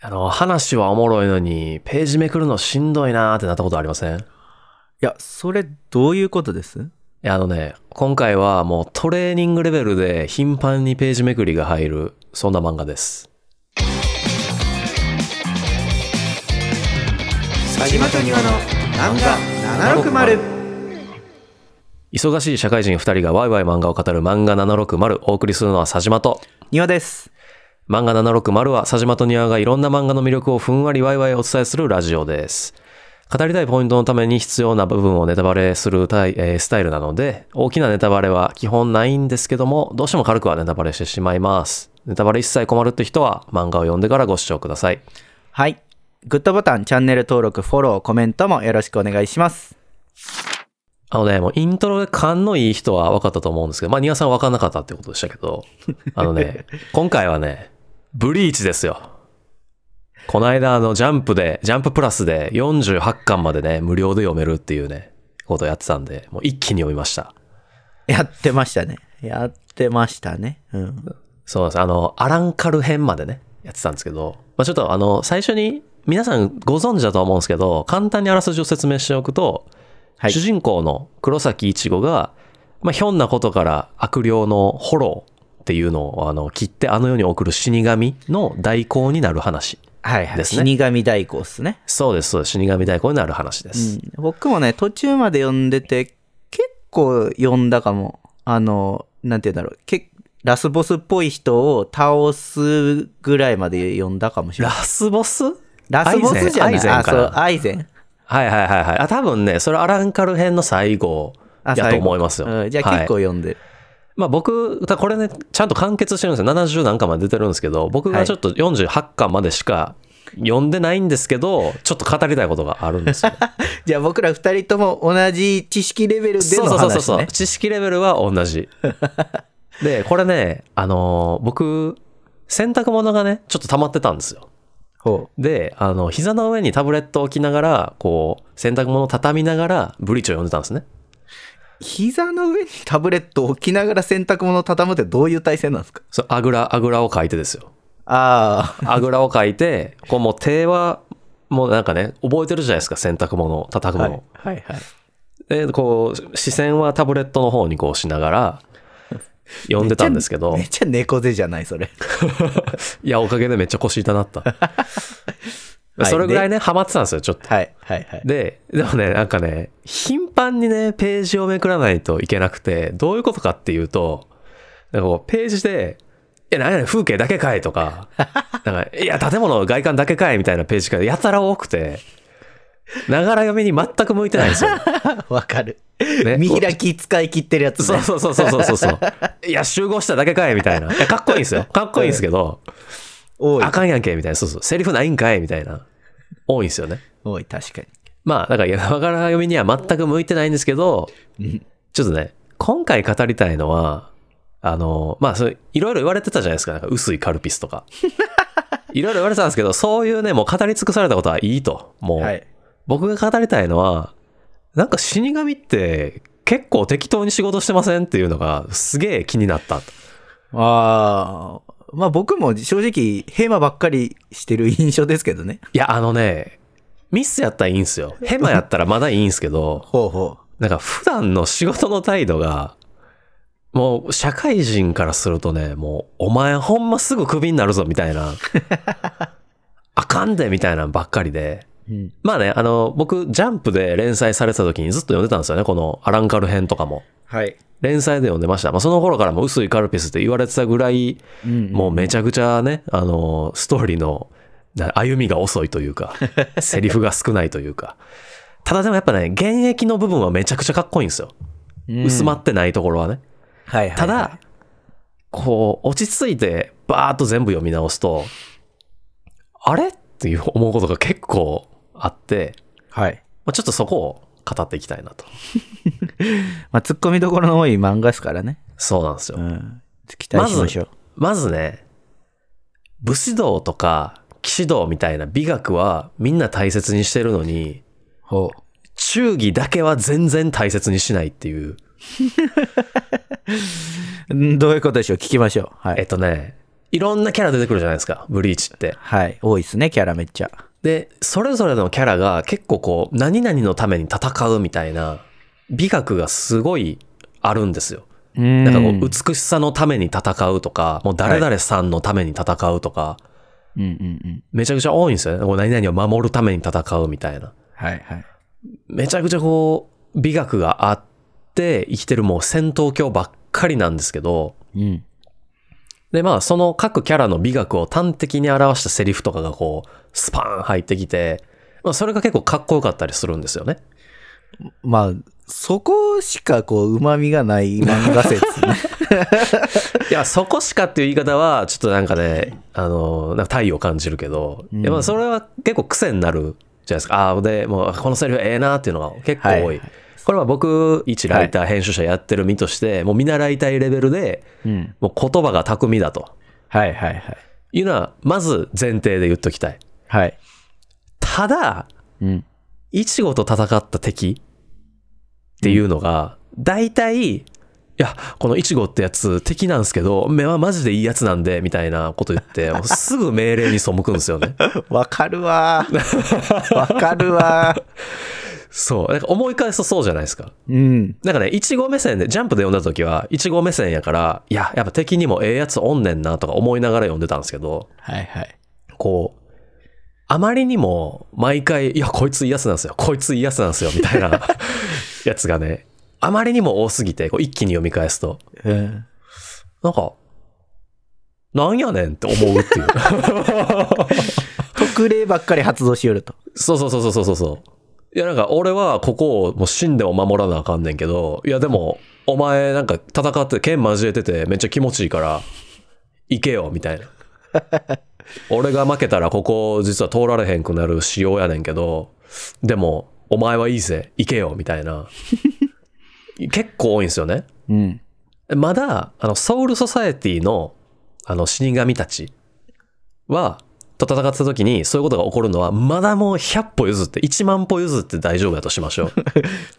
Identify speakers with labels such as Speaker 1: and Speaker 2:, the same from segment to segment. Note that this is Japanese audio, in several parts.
Speaker 1: あの、話はおもろいのに、ページめくるのしんどいなーってなったことありませんい
Speaker 2: や、それどういうことです
Speaker 1: や、あのね、今回はもうトレーニングレベルで頻繁にページめくりが入る、そんな漫画です。
Speaker 2: 佐島と庭の漫画760
Speaker 1: 忙しい社会人2人がワイワイ漫画を語る漫画760お送りするのは佐島と。
Speaker 2: 庭です。
Speaker 1: 漫画760は佐島と庭がいろんな漫画の魅力をふんわりワイワイお伝えするラジオです。語りたいポイントのために必要な部分をネタバレするタイ、えースタイルなので、大きなネタバレは基本ないんですけども、どうしても軽くはネタバレしてしまいます。ネタバレ一切困るって人は漫画を読んでからご視聴ください。
Speaker 2: はい。グッドボタン、チャンネル登録、フォロー、コメントもよろしくお願いします。
Speaker 1: あのね、もうイントロで勘のいい人は分かったと思うんですけど、まあ、ニアさんは分かんなかったってことでしたけど、あのね、今回はね、ブリーチですよ。この間、あの、ジャンプで、ジャンププラスで48巻までね、無料で読めるっていうね、ことをやってたんで、もう一気に読みました。
Speaker 2: やってましたね。やってましたね。うん。
Speaker 1: そうなんです。あの、アランカル編までね、やってたんですけど、まあ、ちょっとあの、最初に、皆さんご存知だと思うんですけど、簡単にあらすじを説明しておくと、
Speaker 2: はい
Speaker 1: 主人公の黒崎一護が、まあ、ひょんなことから悪霊のホローっていうのをあの切ってあの世に送る死神の代行になる話。
Speaker 2: はいはい。
Speaker 1: ですね
Speaker 2: 死神代行っすね。
Speaker 1: そうです、そうです。死神代行になる話です。
Speaker 2: うん僕もね、途中まで読んでて、結構読んだかも。あの、なんて言うんだろう。けラスボスっぽい人を倒すぐらいまで読んだかもしれな
Speaker 1: ラ
Speaker 2: い。
Speaker 1: スボス
Speaker 2: ラスボスじゃない。
Speaker 1: アイゼンアイゼン
Speaker 2: あ、
Speaker 1: か
Speaker 2: そう、
Speaker 1: な
Speaker 2: アイゼン。
Speaker 1: はいはいはいはい。あ、多分ね、それアランカル編の最後
Speaker 2: あ
Speaker 1: やと
Speaker 2: 最後
Speaker 1: 思いますよ。
Speaker 2: うんじゃあ
Speaker 1: はい
Speaker 2: 結構読んでる。
Speaker 1: まあ僕、ただこれね、ちゃんと完結してるんですよ。70何巻まで出てるんですけど、僕がちょっと48巻までしか読んでないんですけど、ちょっと語りたいことがあるん ですよ。
Speaker 2: じゃあ僕ら二人とも同じ知識レベルで
Speaker 1: そ
Speaker 2: の
Speaker 1: うそう
Speaker 2: 話、ね、
Speaker 1: そうそうそう。知識レベルは同 じ。で、これね、あのー僕、洗濯物がね、ちょっと溜まってたんですよ。
Speaker 2: ほ
Speaker 1: で、あの、膝の上にタブレットを置きながら、こう、洗濯物を畳みながら、ブリーチを読んでたんですね。
Speaker 2: う膝の上にタブレットを置きながら洗濯物を畳むってどういう体勢なんですか
Speaker 1: そう、あぐら、あぐらを書いてですよ。
Speaker 2: ああ、
Speaker 1: あぐらをかいて、こうもう手は、もうなんかね、覚えてるじゃないですか、洗濯物を、叩く
Speaker 2: は
Speaker 1: の
Speaker 2: い
Speaker 1: を。
Speaker 2: はいはい。
Speaker 1: で、こう、視線はタブレットの方にこうしながら、読んでたんですけど
Speaker 2: め、っちゃ猫背じゃないそれ。
Speaker 1: いや、おかげでめっちゃ腰痛な った。
Speaker 2: い
Speaker 1: それぐらいね、ハマってたんですよ、ちょっと。
Speaker 2: はいはいはい。
Speaker 1: で、でもね、なんかね、頻繁にね、ページをめくらないといけなくて、どういうことかっていうと、なんかこう、ページで、いや、なんやねん、風景だけかいとか、 なんか、いや、建物の外観だけかいみたいなページがやたら多くて、ながら読みに全く向いてないんです よ。
Speaker 2: わかる。
Speaker 1: ね
Speaker 2: 見開き使い切ってるやつ、ね、
Speaker 1: そうそうそうそうそうそう。いや、集合しただけかいみたいな。いや、かっこいいんですよ。かっこいいんですけど、
Speaker 2: 多い
Speaker 1: あかんやんけみたいな。そうそう。セリフないんかいみたいな。多いんですよね。
Speaker 2: 多い確かに。
Speaker 1: まあ、だから、山から読みには全く向いてないんですけど、ちょっとね、今回語りたいのは、あの、まあ、それ、いろいろ言われてたじゃないですか。なんか、薄いカルピス とか。いろいろ言われてたんですけど、そういうね、もう語り尽くされたことはいいと。もう、
Speaker 2: はい。
Speaker 1: 僕が語りたいのは、なんか死神って結構適当に仕事してませんっていうのがすげえ気になった。
Speaker 2: ああ、まあ僕も正直ヘマばっかりしてる印象ですけどね。
Speaker 1: いや、あのね、ミスやったらいいんすよ。ヘマやったらまだいいんすけど、
Speaker 2: ほうほ
Speaker 1: なんか普段の仕事の態度が、もう社会人からするとね、もうお前ほんますぐクビになるぞみたい な、あかんでみたいなんばっかりで。
Speaker 2: う。うん。
Speaker 1: まあね、あの、僕、ジャンプで連載されてた時にずっと読んでたんですよね、このアランカル編とかも。
Speaker 2: はい。
Speaker 1: 連載で読んでました。まあ、その頃からも薄いカルピスって言われてたぐらい、
Speaker 2: うん
Speaker 1: もうめちゃくちゃね、あの、ストーリーのな歩みが遅いという か、セリフが少ないというか。ただでもやっぱね、現役の部分はめちゃくちゃかっこいいんですよ。
Speaker 2: うん
Speaker 1: 薄まってないところはね。
Speaker 2: はいはいはい。
Speaker 1: ただ、こう、落ち着いて、バーっと全部読み直すと、あれっていう思うことが結構あって、
Speaker 2: はい。
Speaker 1: まあ、ちょっとそこを語っていきたいなと。
Speaker 2: まあ、突っ込みどころの多い漫画ですからね。
Speaker 1: そうなんですよ
Speaker 2: う。ん。期待しましょう。
Speaker 1: まずね、武士道とか騎士道みたいな美学はみんな大切にしてるのに、
Speaker 2: ほう。
Speaker 1: 忠義だけは全然大切にしないっていう。
Speaker 2: うんどういうことでしょう聞きましょう。は
Speaker 1: えっ
Speaker 2: い。
Speaker 1: とね、いろんなキャラ出てくるじゃないですか、ブリーチって。
Speaker 2: はい。多いですね、キャラめっちゃ。
Speaker 1: で、それぞれのキャラが結構こう、何々のために戦うみたいな美学がすごいあるんですよ。
Speaker 2: うん
Speaker 1: なんかこう、美しさのために戦うとか、もう誰々さんのために戦うとか、
Speaker 2: うんうんうん。
Speaker 1: めちゃくちゃ多いんですよね。こう何々を守るために戦うみたいな。
Speaker 2: はいはい。
Speaker 1: めちゃくちゃこう、美学があって生きてるもう戦闘狂ばっかりなんですけど、
Speaker 2: うん。
Speaker 1: で、まあ、その各キャラの美学を端的に表したセリフとかがこう、スパーン入ってきて、まあ、それが結構かっこよかったりするんですよね。
Speaker 2: まあ、そこしかこう、旨味がない漫画説ね。
Speaker 1: いや、そこしかっていう言い方は、ちょっとなんかね、あの、なんか太陽を感じるけど、
Speaker 2: うん
Speaker 1: いやまあ、それは結構癖になるじゃないですか。ああ、で、もう、このセリフええなっていうのが結構多い。
Speaker 2: はい
Speaker 1: これは僕、一ライター、編集者やってる身として、もう見習いたいレベルで、
Speaker 2: うん。
Speaker 1: もう言葉が巧みだと
Speaker 2: はいはいはい。
Speaker 1: いうのは、まず前提で言っときたい。
Speaker 2: はい。
Speaker 1: ただ、
Speaker 2: うん。
Speaker 1: イチゴと戦った敵っていうのが、大体、いや、このイチゴってやつ敵なんですけど、目はマジでいいやつなんで、みたいなこと言って、もうすぐ命令に背くんですよね。
Speaker 2: わかるわ ー。わかるわー。
Speaker 1: そう。なんか思い返すとそうじゃないですか。
Speaker 2: うん。
Speaker 1: なんかね、イチゴ目線で、ジャンプで読んだ時は、イチゴ目線やから、いや、やっぱ敵にもええやつおんねんな、とか思いながら読んでたんですけど、
Speaker 2: はいはい。
Speaker 1: こう、あまりにも毎回、いや、こいついいやつなんですよ、こいついいやつなんですよ、みたいなやつがね、あまりにも多すぎて、こう一気に読み返すと、
Speaker 2: うん。
Speaker 1: なんか、なんやねんって思うっていう。
Speaker 2: 特例ばっかり発動しよると。
Speaker 1: そうそうそうそうそうそう。いや、なんか俺はここをもう死んでも守らなあかんねんけど、いや、でも、お前なんか戦って剣交えててめっちゃ気持ちいいから、行けよ、みたいな。俺が負けたらここ実は通られへんくなる仕様やねんけど、でも、お前はいいぜ、行けよ、みたいな。結構多いんですよね。
Speaker 2: うん。
Speaker 1: まだ、あの、ソウルソサエティの、あの、死神たちは、と戦ってた時に、そういうことが起こるのは、まだもう100歩譲って、1万歩譲って大丈夫だとしましょう。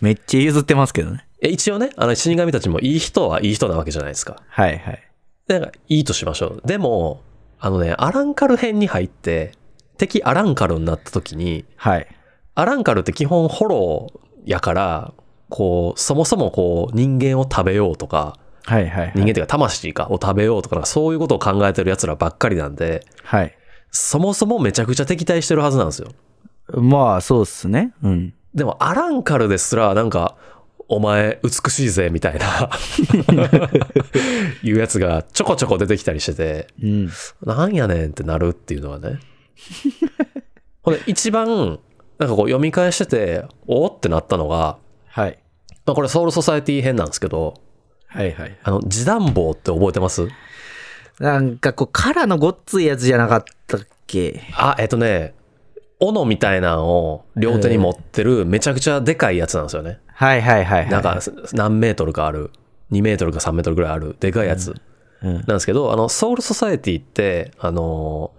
Speaker 2: めっちゃ譲ってますけどね。
Speaker 1: え一応ね、あの、死神たちもいい人はいい人なわけじゃないですか。
Speaker 2: はいはい。
Speaker 1: だから、いいとしましょう。でも、あのね、アランカル編に入って、敵アランカルになった時に、
Speaker 2: はい。
Speaker 1: アランカルって基本ホローやから、こう、そもそもこう、人間を食べようとか、
Speaker 2: はいはい、
Speaker 1: 人間っていうか魂かを食べようとかなんかそういうことを考えてる奴らばっかりなんで、
Speaker 2: はい。
Speaker 1: そもそもめちゃくちゃ敵対してるはずなんですよ。
Speaker 2: まあ、そうっすね。うん。
Speaker 1: でもアランカルですらなんか、お前美しいぜみたいな いうやつがちょこちょこ出てきたりしてて、
Speaker 2: うん。
Speaker 1: なんやねんってなるっていうのはね。ほんで一番なんかこう読み返してて、おーってなったのが、
Speaker 2: はい。
Speaker 1: まあこれソウルソサエティ編なんですけど、
Speaker 2: はいはい。
Speaker 1: あの、時短棒って覚えてます
Speaker 2: なんかこう、カラのごっついやつじゃなかったっけ
Speaker 1: あ、えっとね、斧みたいなのを両手に持ってるめちゃくちゃでかいやつなんですよね。
Speaker 2: はいはいはいはい。
Speaker 1: なんか何メートルかある。2メートルか3メートルぐらいある。でかいやつ。
Speaker 2: うん。
Speaker 1: なんですけど、あの、ソウルソサエティって、あのー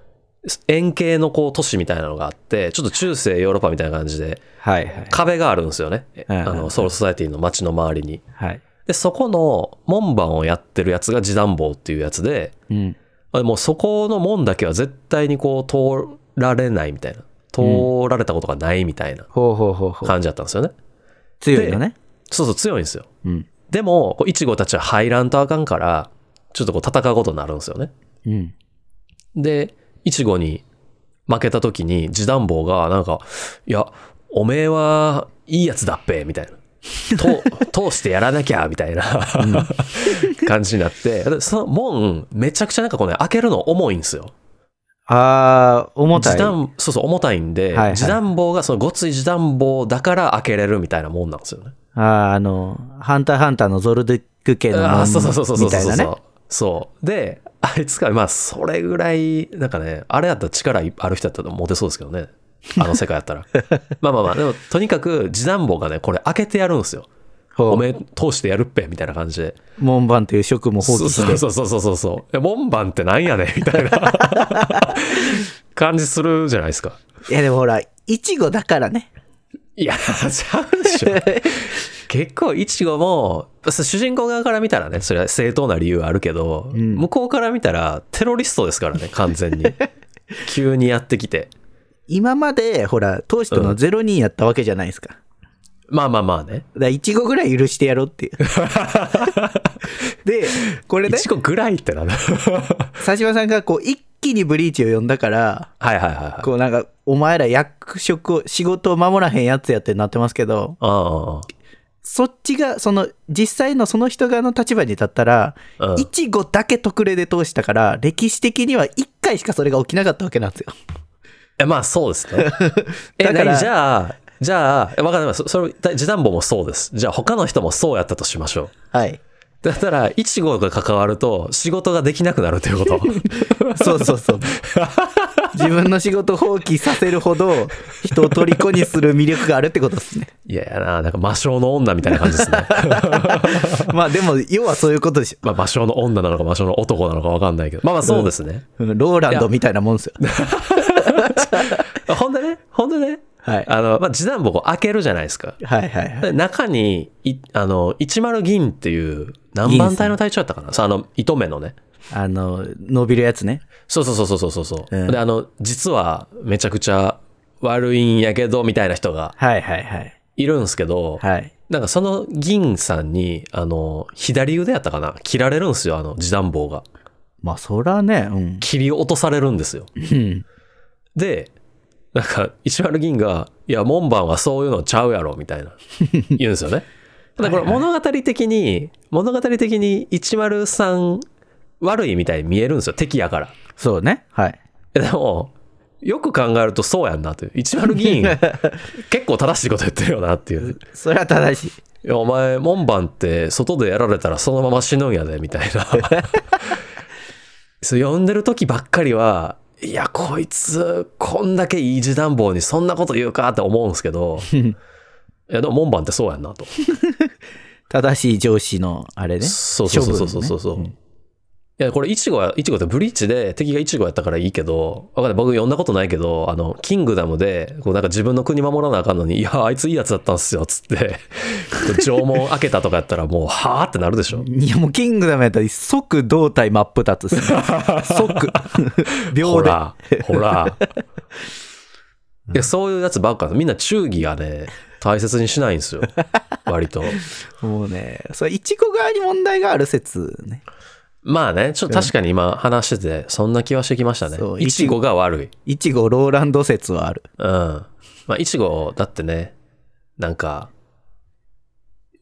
Speaker 1: 円形のこう都市みたいなのがあって、ちょっと中世ヨーロッパみたいな感じで、
Speaker 2: はいはい。
Speaker 1: 壁があるんですよね。
Speaker 2: うんうん
Speaker 1: あの、ソウルソサエティの街の周りに。
Speaker 2: はい。
Speaker 1: で、そこの門番をやってるやつが地団棒っていうやつで、
Speaker 2: うん。
Speaker 1: まあ、もうそこの門だけは絶対にこう通られないみたいな通られたことがないみたいな
Speaker 2: ほうほうほうほう。
Speaker 1: 感じだったんですよね、
Speaker 2: 強いのね。
Speaker 1: そうそう強いんですよ
Speaker 2: うん。
Speaker 1: でもこうイチゴたちは入らんとあかんからちょっとこう戦うことになるんですよね
Speaker 2: うん。
Speaker 1: でイチゴに負けた時に次男坊がなんか「いやおめえはいいやつだっぺ」みたいな。と 通してやらなきゃみたいな 感じになってでその門めちゃくちゃなんかこうね開けるの重いんですよ
Speaker 2: あー、重たい。
Speaker 1: 時短そうそう重たいんで、
Speaker 2: はいはい
Speaker 1: 時短棒がそのごつい時短棒だから開けれるみたいなもんなんですよね。
Speaker 2: あー、あの、ハンターハンターのゾルディック系の
Speaker 1: あ
Speaker 2: も
Speaker 1: あ
Speaker 2: ん
Speaker 1: そうそうそうそうそう
Speaker 2: みた
Speaker 1: そ
Speaker 2: いうな
Speaker 1: そう、
Speaker 2: ね。
Speaker 1: そうであいつがまあそれぐらいなんかねあれやったら力ある人やったらモテそうですけどねあの世界やったら まあまあまあでもとにかく時短棒がねこれ開けてやるんですよ
Speaker 2: ほ
Speaker 1: お
Speaker 2: う。
Speaker 1: めえ通してやるっぺみたいな感じで
Speaker 2: 門番という職務を放
Speaker 1: そう
Speaker 2: 棄
Speaker 1: そ
Speaker 2: して
Speaker 1: う。そうそうそうそうそうえ門番ってなんやねんみたい な感じするじゃないですか
Speaker 2: いやでもほら、いちごだからね。
Speaker 1: いや、ちゃうでしょ。 結構、いちごも、主人公側から見たらね、それは正当な理由はあるけど、
Speaker 2: うん
Speaker 1: 向こうから見たらテロリストですからね、完 全に。急にやってきて。
Speaker 2: 今まで、ほら、投資と
Speaker 1: う
Speaker 2: の
Speaker 1: ん
Speaker 2: 0人やったわけじゃないですか。
Speaker 1: まあまあまあね。
Speaker 2: だから、いちごぐらい許してやろうっ ていう。で、これ
Speaker 1: い
Speaker 2: ね、
Speaker 1: ちごぐらいってな る。は
Speaker 2: 佐島さんがこう、一気にブリーチを呼んだから、
Speaker 1: いはいはいはい。
Speaker 2: こうなんか、お前ら役職を、仕事を守らへんやつやってなってますけど、
Speaker 1: あ
Speaker 2: そっちが、その、実際のその人側の立場に立ったら、
Speaker 1: あああ、うん
Speaker 2: いちごだけ特例で通したから、歴史的には1回しかそれが起きなかったわけなんですよ。
Speaker 1: えまあそうですね。え、
Speaker 2: だから
Speaker 1: 何じゃあ、じゃあ、えわかります。それ、だ示談簿もそうです。じゃあ他の人もそうやったとしましょう。
Speaker 2: はい。
Speaker 1: だったら、いちごが関わると仕事ができなくなるという こと。
Speaker 2: そうそうそう。自分の仕事を放棄させるほど、人を虜にする魅力があるってことで すね。
Speaker 1: いやいやな、なんか魔性の女みたいな感じですね。
Speaker 2: まあでも、要はそういうことでしょ。
Speaker 1: まあ魔性の女なのか魔性の男なのかわかんないけど。まあまあそうですね。
Speaker 2: うんローランドみたいなもんですよ。
Speaker 1: ほんでね、ほんでね、
Speaker 2: はい。
Speaker 1: あの、まあ示談簿を開けるじゃないですか。
Speaker 2: はいはいはい。
Speaker 1: で中に、いあの、10銀っていう、何番隊の隊長だったかなそうあの、糸目のね。
Speaker 2: あの、伸びるやつね。
Speaker 1: そうそうそうそうそうそう。う
Speaker 2: うん
Speaker 1: で、あの、実はめちゃくちゃ悪いんやけど、みたいな人が
Speaker 2: はいはいはい。
Speaker 1: いるんですけど、
Speaker 2: はい。
Speaker 1: なんかその銀さんに、あの、左腕やったかな切られるんですよ、あの、示談棒が。
Speaker 2: まあ、そらね、うん。
Speaker 1: 切り落とされるんですよ。
Speaker 2: うん
Speaker 1: で、なんか、石丸銀が、いや、門番はそういうのちゃうやろ、みたいな、言うんですよね。だからこれ物語的に、物語的に一丸さん悪いみたいに見えるんですよ、敵やから。
Speaker 2: そうね。はい。
Speaker 1: えでも、よく考えるとそうやんなという。一丸議員、結構正しいこと言ってるよなっていう。
Speaker 2: それは正しい。
Speaker 1: いや、お前、門番って外でやられたらそのまま死ぬんやで、みたいな。 そう呼んでる時ばっかりは、いや、こいつ、こんだけいい時暖房にそんなこと言うかって思うんですけど、いや、でも門番ってそうやんなと。
Speaker 2: 正しい上司の、あれね。
Speaker 1: そうそうそうそうそうそう。
Speaker 2: 処分ね
Speaker 1: いや、これ、いちごは、いちごってブリーチで敵がいちごやったからいいけど、わかんない。僕読んだことないけど、あの、キングダムで、こうなんか自分の国守らなあかんのに、いや、あいついいやつだったんすよ、つって、 縄文開けたとかやったらもう、はあってなるでしょ。
Speaker 2: うんいや、もう、キングダムやったら、即胴体真っ二つっすね 即。
Speaker 1: ほ
Speaker 2: 秒で。
Speaker 1: ら、ほら。 いや、そういうやつばっか、みんな忠義がね、大切にしないんですよ。割と。
Speaker 2: もうね、それ、いちご側に問題がある説ね。
Speaker 1: まあね、ちょっと確かに今話してて、そんな気はしてきましたね
Speaker 2: そ。う
Speaker 1: いちごが悪い。
Speaker 2: いちごローランド説はある。
Speaker 1: うん。まあ、いちご、だってね、なんか、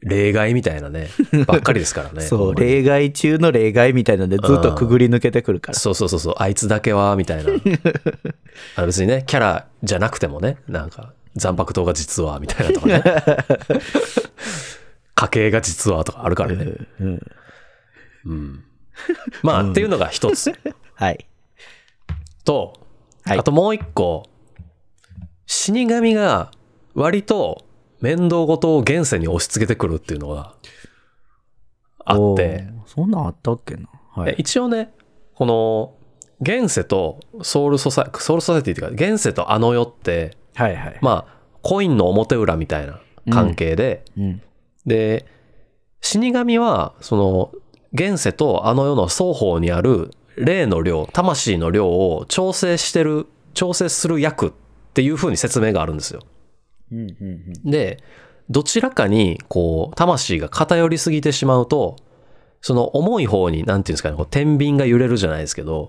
Speaker 1: 例外みたいなね、ばっかりですからね。
Speaker 2: そ
Speaker 1: ほ
Speaker 2: う、
Speaker 1: んまに
Speaker 2: 例外中の例外みたいなので、ずっとくぐり抜けてくるから。
Speaker 1: そうそうそうそう、あいつだけは、みたい な。あの別にね、キャラじゃなくてもね、なんか、残白党が実は、みたいなと かね。家系が実はとかあるからね。
Speaker 2: うん
Speaker 1: うん。まあ、っていうのが一つ。
Speaker 2: はい。
Speaker 1: と、
Speaker 2: はい
Speaker 1: あともう一個、死神が割と面倒事を現世に押し付けてくるっていうのがあ
Speaker 2: お
Speaker 1: って、
Speaker 2: ー。そんなんあったっけな。は
Speaker 1: え
Speaker 2: い。
Speaker 1: 一応ね、この、現世とソウルソサイソウルソサイティっていうか、現世とあの世って、
Speaker 2: はいはい。
Speaker 1: まあ、コインの表裏みたいな関係で、
Speaker 2: うん。
Speaker 1: で、死神は、その、現世とあの世の双方にある霊の量、魂の量を調整してる、調整する役っていう風に説明があるんですよ。
Speaker 2: うんうんうん。
Speaker 1: で、どちらかに、こう、魂が偏りすぎてしまうと、その重い方に、なんていうんですかね、こう、天秤が揺れるじゃないですけど、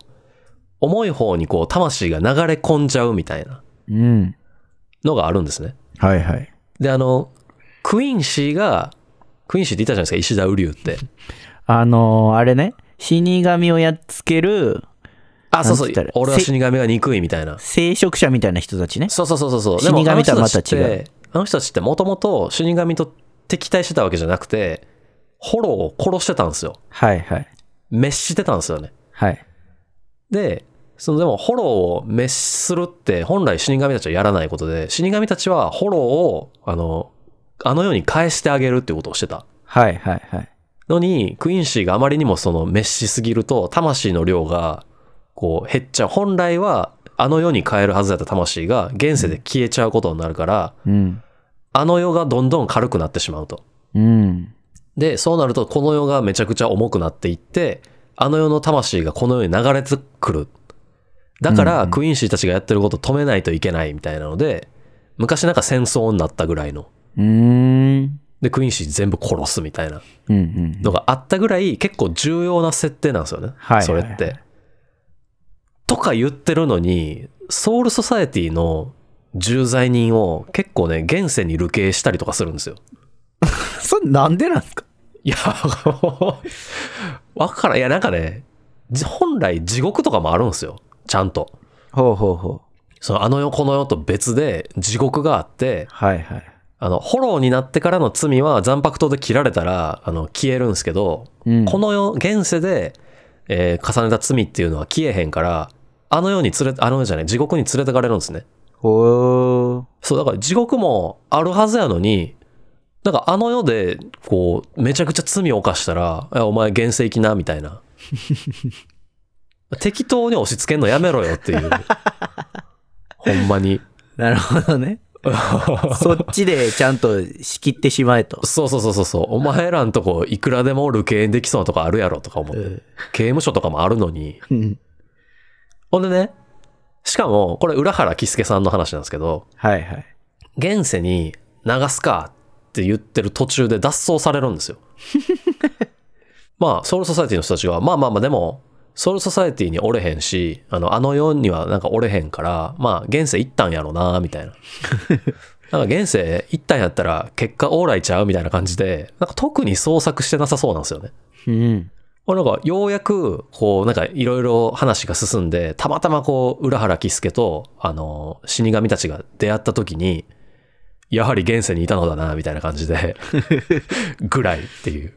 Speaker 1: 重い方にこう、魂が流れ込んじゃうみたいな
Speaker 2: うん。
Speaker 1: のがあるんですね。
Speaker 2: はいはい。
Speaker 1: で、あの、クインシーが、クインシーって言ったじゃないですか、石田瓜生って。
Speaker 2: あのーあれね、死神をやっつける
Speaker 1: あ、そうそ
Speaker 2: な
Speaker 1: うん
Speaker 2: て言ったら。
Speaker 1: 俺は死神が憎いみたいな。
Speaker 2: 聖職者みたいな人たちね。
Speaker 1: そうそうそうそうそう。
Speaker 2: 死神とはまた違う
Speaker 1: あの人ちって。あの人たちってもともと死神と敵対してたわけじゃなくて、ホロを殺してたんですよ。
Speaker 2: はいはい。
Speaker 1: 滅してたんですよね。
Speaker 2: はい。
Speaker 1: で、そのでも、ホロを滅するって、本来死神たちはやらないことで、死神たちはホロを、あの、あの世に返してあげるっていうことをしてた。
Speaker 2: はいはいはい。
Speaker 1: のに、クインシーがあまりにもその滅しすぎると、魂の量が、こう、減っちゃう。本来は、あの世に変えるはずだった魂が、現世で消えちゃうことになるから、
Speaker 2: うん。
Speaker 1: あの世がどんどん軽くなってしまうと。
Speaker 2: うんうん。
Speaker 1: で、そうなるとこの世がめちゃくちゃ重くなっていって、あの世の魂がこの世に流れてくる。だか
Speaker 2: うんう
Speaker 1: ら、
Speaker 2: ん
Speaker 1: クインシーたちがやってること止めないといけないみたいなので、昔なんか戦争になったぐらいの。
Speaker 2: うーん。
Speaker 1: で、クインシー全部殺すみたいな
Speaker 2: うんうん。
Speaker 1: のがあったぐらい、結構重要な設定なんですよね。
Speaker 2: はいはい
Speaker 1: それって。とか言ってるのに、ソウルソサエティの重罪人を結構ね、現世に流刑したりとかするんですよ。
Speaker 2: それなんでなんですか
Speaker 1: いや、 わからん。いや、なんかね、じ本来地獄とかもあるんですよ。ちゃんと。
Speaker 2: ほうほうほう。
Speaker 1: そのあの世この世と別で地獄があって、
Speaker 2: はいはい。
Speaker 1: あの、フォローになってからの罪は残白刀で切られたら、あの、消えるんですけど、
Speaker 2: うん、
Speaker 1: この世、現世で、えー重ねた罪っていうのは消えへんから、あの世に連れ、あの世じゃない、地獄に連れてかれるんですね。
Speaker 2: ほう。
Speaker 1: そう、だから地獄もあるはずやのに、なんかあの世で、こう、めちゃくちゃ罪を犯したら、えお前現世行きな、みたいな。 適当に押し付けんのやめろよっていう。ほんまに。
Speaker 2: なるほど ね。そっちでちゃんと仕切ってしまえと。
Speaker 1: そうそうそうそうそう。お前らんとこいくらでも流刑できそうなとこあるやろとか思って。刑務所とかもあるのに。
Speaker 2: うん
Speaker 1: ほんでね、しかも、これ浦原喜助さんの話なんですけど、
Speaker 2: はいはい。
Speaker 1: 現世に流すかって言ってる途中で脱走されるんですよ。 まあ、ソウルソサエティの人たちは、まあまあまあ、でも、ソウルソサエティにおれへんし、あの、あの世にはなんかおれへんから、まあ、現世行ったんやろな、みたいな。 なんか現世行ったんやったら、結果往来ちゃうみたいな感じで、なんか特に捜索してなさそうなんですよね。
Speaker 2: うん。
Speaker 1: これなんか、ようやく、こう、なんか、いろいろ話が進んで、たまたまこう、浦原喜助と、あの、死神たちが出会った時に、やはり現世にいたのだな、みたいな感じ で、ぐらいっていう。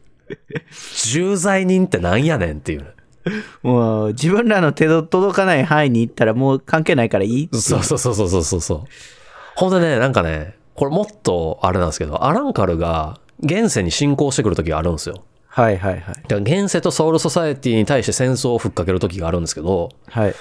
Speaker 1: 重罪人ってなんやねんっていう。
Speaker 2: もう自分らの手の届かない範囲に行ったらもう関係ないからいい。
Speaker 1: そうそうそうそうそうそうそう。ほんでね、なんかね、これもっと、あれなんですけど、アランカルが、現世に進行してくる時があるんですよ。
Speaker 2: はいはいはい。
Speaker 1: だから現世とソウルソサエティに対して戦争をふっかける時があるんですけど、
Speaker 2: はい。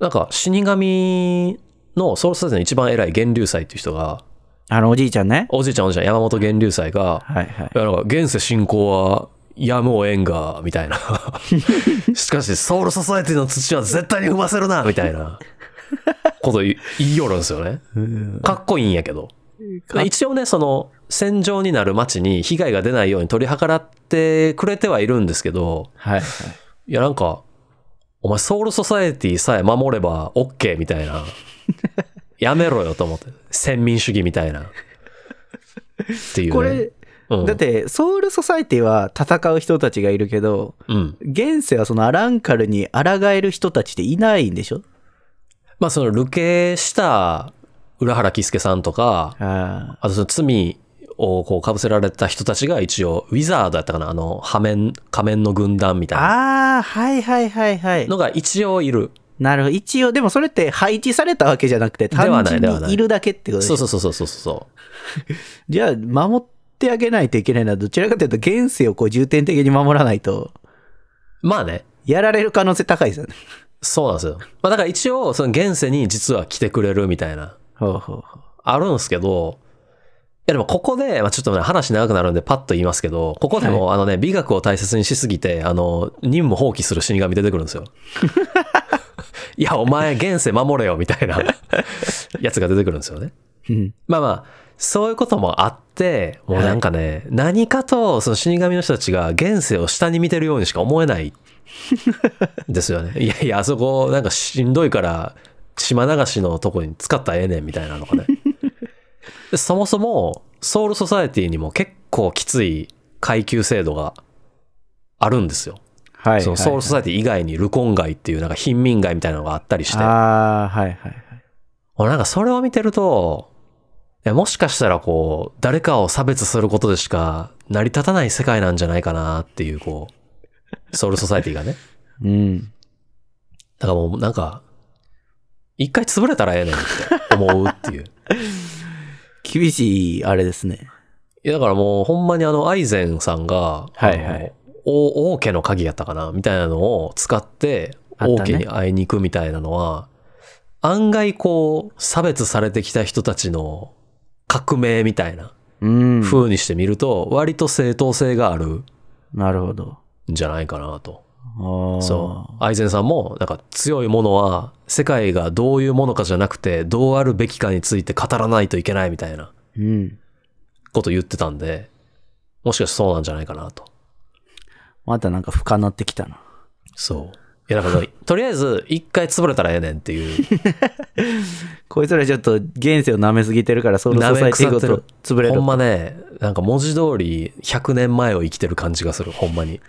Speaker 1: なんか死神のソウルサイズの一番偉い源流祭っていう人が、
Speaker 2: あのおじいちゃんね。
Speaker 1: おじいちゃんおじいちゃん山本源流祭が、
Speaker 2: はいはい
Speaker 1: い。やなんか現世信仰はやむを得んが、みたいな。しかしソウルソサエティの土は絶対に踏ませるな、みたいなこと言い言いよるんですよね。かっこいいんやけど。
Speaker 2: か
Speaker 1: で一応ね、その戦場になる町に被害が出ないように取り計らってくれてはいるんですけど、
Speaker 2: はいはい。
Speaker 1: いや、なんか、お前ソウルソサエティさえ守れば OK みたい な。やめろよと思って。先民主義みたいな。っていう、ね。
Speaker 2: これ、
Speaker 1: うん、
Speaker 2: だってソウルソサエティは戦う人たちがいるけど、
Speaker 1: うん。
Speaker 2: 現世はそのアランカルに抗える人たちっていないんでしょ
Speaker 1: まあ、その、流刑した浦原喜助さんとか、
Speaker 2: あ
Speaker 1: あとその罪をこう被せられた人たちが一応、ウィザードやったかなあの、破面、仮面の軍団みたいな
Speaker 2: あー、はいはいはいはい。
Speaker 1: のが一応いる。
Speaker 2: なるほど。一応、でもそれって配置されたわけじゃなくて、
Speaker 1: ではない
Speaker 2: 単純
Speaker 1: ではない
Speaker 2: にいるだけってことでし
Speaker 1: そ
Speaker 2: ょ
Speaker 1: うそうそうそうそうそう。
Speaker 2: じゃあ、守ってあげないといけないのは、どちらかというと、現世をこう重点的に守らないと、
Speaker 1: まあね。
Speaker 2: やられる可能性高いですよね。
Speaker 1: そうなんですよ。まあだから一応、その現世に実は来てくれるみたいな、
Speaker 2: ほうほうほう。
Speaker 1: あるんですけど、いやでもここで、まあちょっとね、話長くなるんでパッと言いますけど、ここでもあのね、美学を大切にしすぎて、あの、任務放棄する死神出てくるんですよ。いや、お前現世守れよ、みたいなやつが出てくるんですよね。
Speaker 2: うん。
Speaker 1: まあまあ、そういうこともあって、もうなんかね、何かとその死神の人たちが現世を下に見てるようにしか思え ないですよね。いやいや、あそこなんかしんどいから、島流しのとこに使ったらええねんみたいなの がね。でそもそも、ソウルソサエティにも結構きつい階級制度があるんですよ。
Speaker 2: はい、はい。
Speaker 1: そのソウルソサエティ以外にルコン街っていうなんか貧民街みたいなのがあったりして。
Speaker 2: ああ、はいはいはい。
Speaker 1: 俺なんかそれを見てると、いやもしかしたらこう、誰かを差別することでしか成り立たない世界なんじゃないかなっていう、こう、ソウルソサエティがね。
Speaker 2: うん。
Speaker 1: だからもうなんか、一回潰れたらええねんって思うって いう。
Speaker 2: 厳しい、あれですね。
Speaker 1: いやだからもうほんまにあの、アイゼンさんが、
Speaker 2: はいはい
Speaker 1: あの王王家の鍵やったかなみたいなのを使って、
Speaker 2: あっ
Speaker 1: 王
Speaker 2: たね
Speaker 1: 家に会いに行くみたいなのは、案外こう、差別されてきた人たちの革命みたいな。
Speaker 2: うん。
Speaker 1: 風にしてみると、割と正当性があるん
Speaker 2: なるほど。
Speaker 1: じゃないかなと。
Speaker 2: ああ。
Speaker 1: そう。アイゼンさんも、なんか強いものは、世界がどういうものかじゃなくて、どうあるべきかについて語らないといけないみたいな
Speaker 2: う。うん。
Speaker 1: こと言ってたんで、もしかしてそうなんじゃないかなと。
Speaker 2: またなんか深なってきたな。
Speaker 1: そう。いや、だから、 とりあえず、一回潰れたらええねんっていう。
Speaker 2: こいつらちょっと現世を舐めすぎてるから、ソウルソサイティごと潰 れ
Speaker 1: ほ
Speaker 2: る
Speaker 1: ん。まね、なんか文字通り100年前を生きてる感じがする、ほんまに。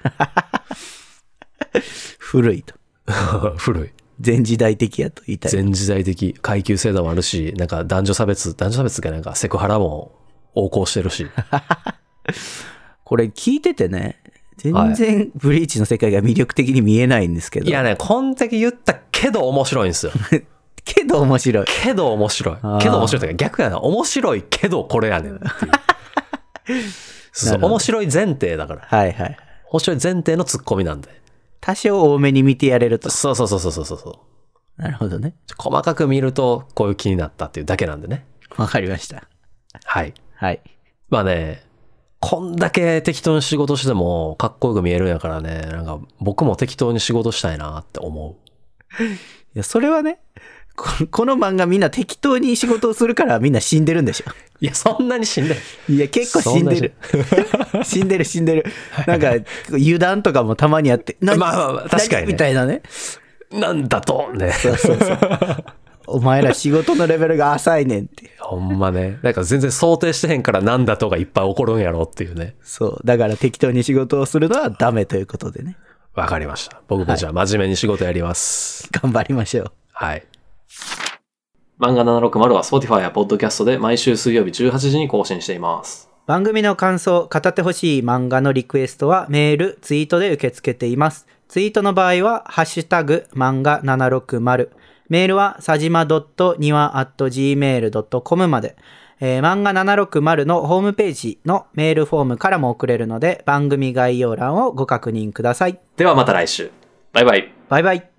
Speaker 2: 古いと。
Speaker 1: 古い。
Speaker 2: 全時代的やと言いたい。
Speaker 1: 全時代的階級制度もあるし、なんか男女差別、男女差別がなんかセクハラも横行してるし。
Speaker 2: これ聞いててね、全然ブリーチの世界が魅力的に見えないんですけ ど。
Speaker 1: いやね、こんだけ言ったけど面白いん ですよ。
Speaker 2: けど面白い。
Speaker 1: けど面白い
Speaker 2: あー。
Speaker 1: けど面白いというか逆やな。面白いけどこれやねんっていう。 そうそう面白い前提だから。
Speaker 2: はいはい。
Speaker 1: 面白い前提のツッコミなんで。
Speaker 2: 多少多めに見てやれると。
Speaker 1: そうそうそうそうそうそう。
Speaker 2: なるほどね。
Speaker 1: 細かく見るとこういう気になったっていうだけなんでね。
Speaker 2: わかりました。
Speaker 1: はい。
Speaker 2: はい。
Speaker 1: まあね、こんだけ適当に仕事してもかっこよく見えるんやからね、なんか僕も適当に仕事したいなって思う。
Speaker 2: いや、それはね、ここの漫画みんな適当に仕事をするからみんな死んでるんでしょ。
Speaker 1: いや、そんなにしんどい。
Speaker 2: いや、結構死んでる。 死んでる死んでる。なんか、油断とかもたまにあって。な
Speaker 1: まあまあまあ確かにね
Speaker 2: 何みたいなね。
Speaker 1: なんだとね。
Speaker 2: お前ら仕事のレベルが浅いねんって。
Speaker 1: ほんまね。なんか全然想定してへんからなんだとがいっぱい起こるんやろっていうね。
Speaker 2: そう。だから適当に仕事をするのはダメということでね。
Speaker 1: わかりました。僕もじゃあ真面目に仕事やります。
Speaker 2: 頑張りましょう。
Speaker 1: はい。漫画760は Spotify や Podcast で毎週水曜日18時に更新しています。
Speaker 2: 番組の感想、語ってほしい漫画のリクエストはメール、ツイートで受け付けています。ツイートの場合は、ハッシュタグ、漫画760。メールは、さじま .niwa.gmail.com まで。えー漫画760のホームページのメールフォームからも送れるので、番組概要欄をご確認ください。
Speaker 1: ではまた来週。バイバイ。
Speaker 2: バイバイ。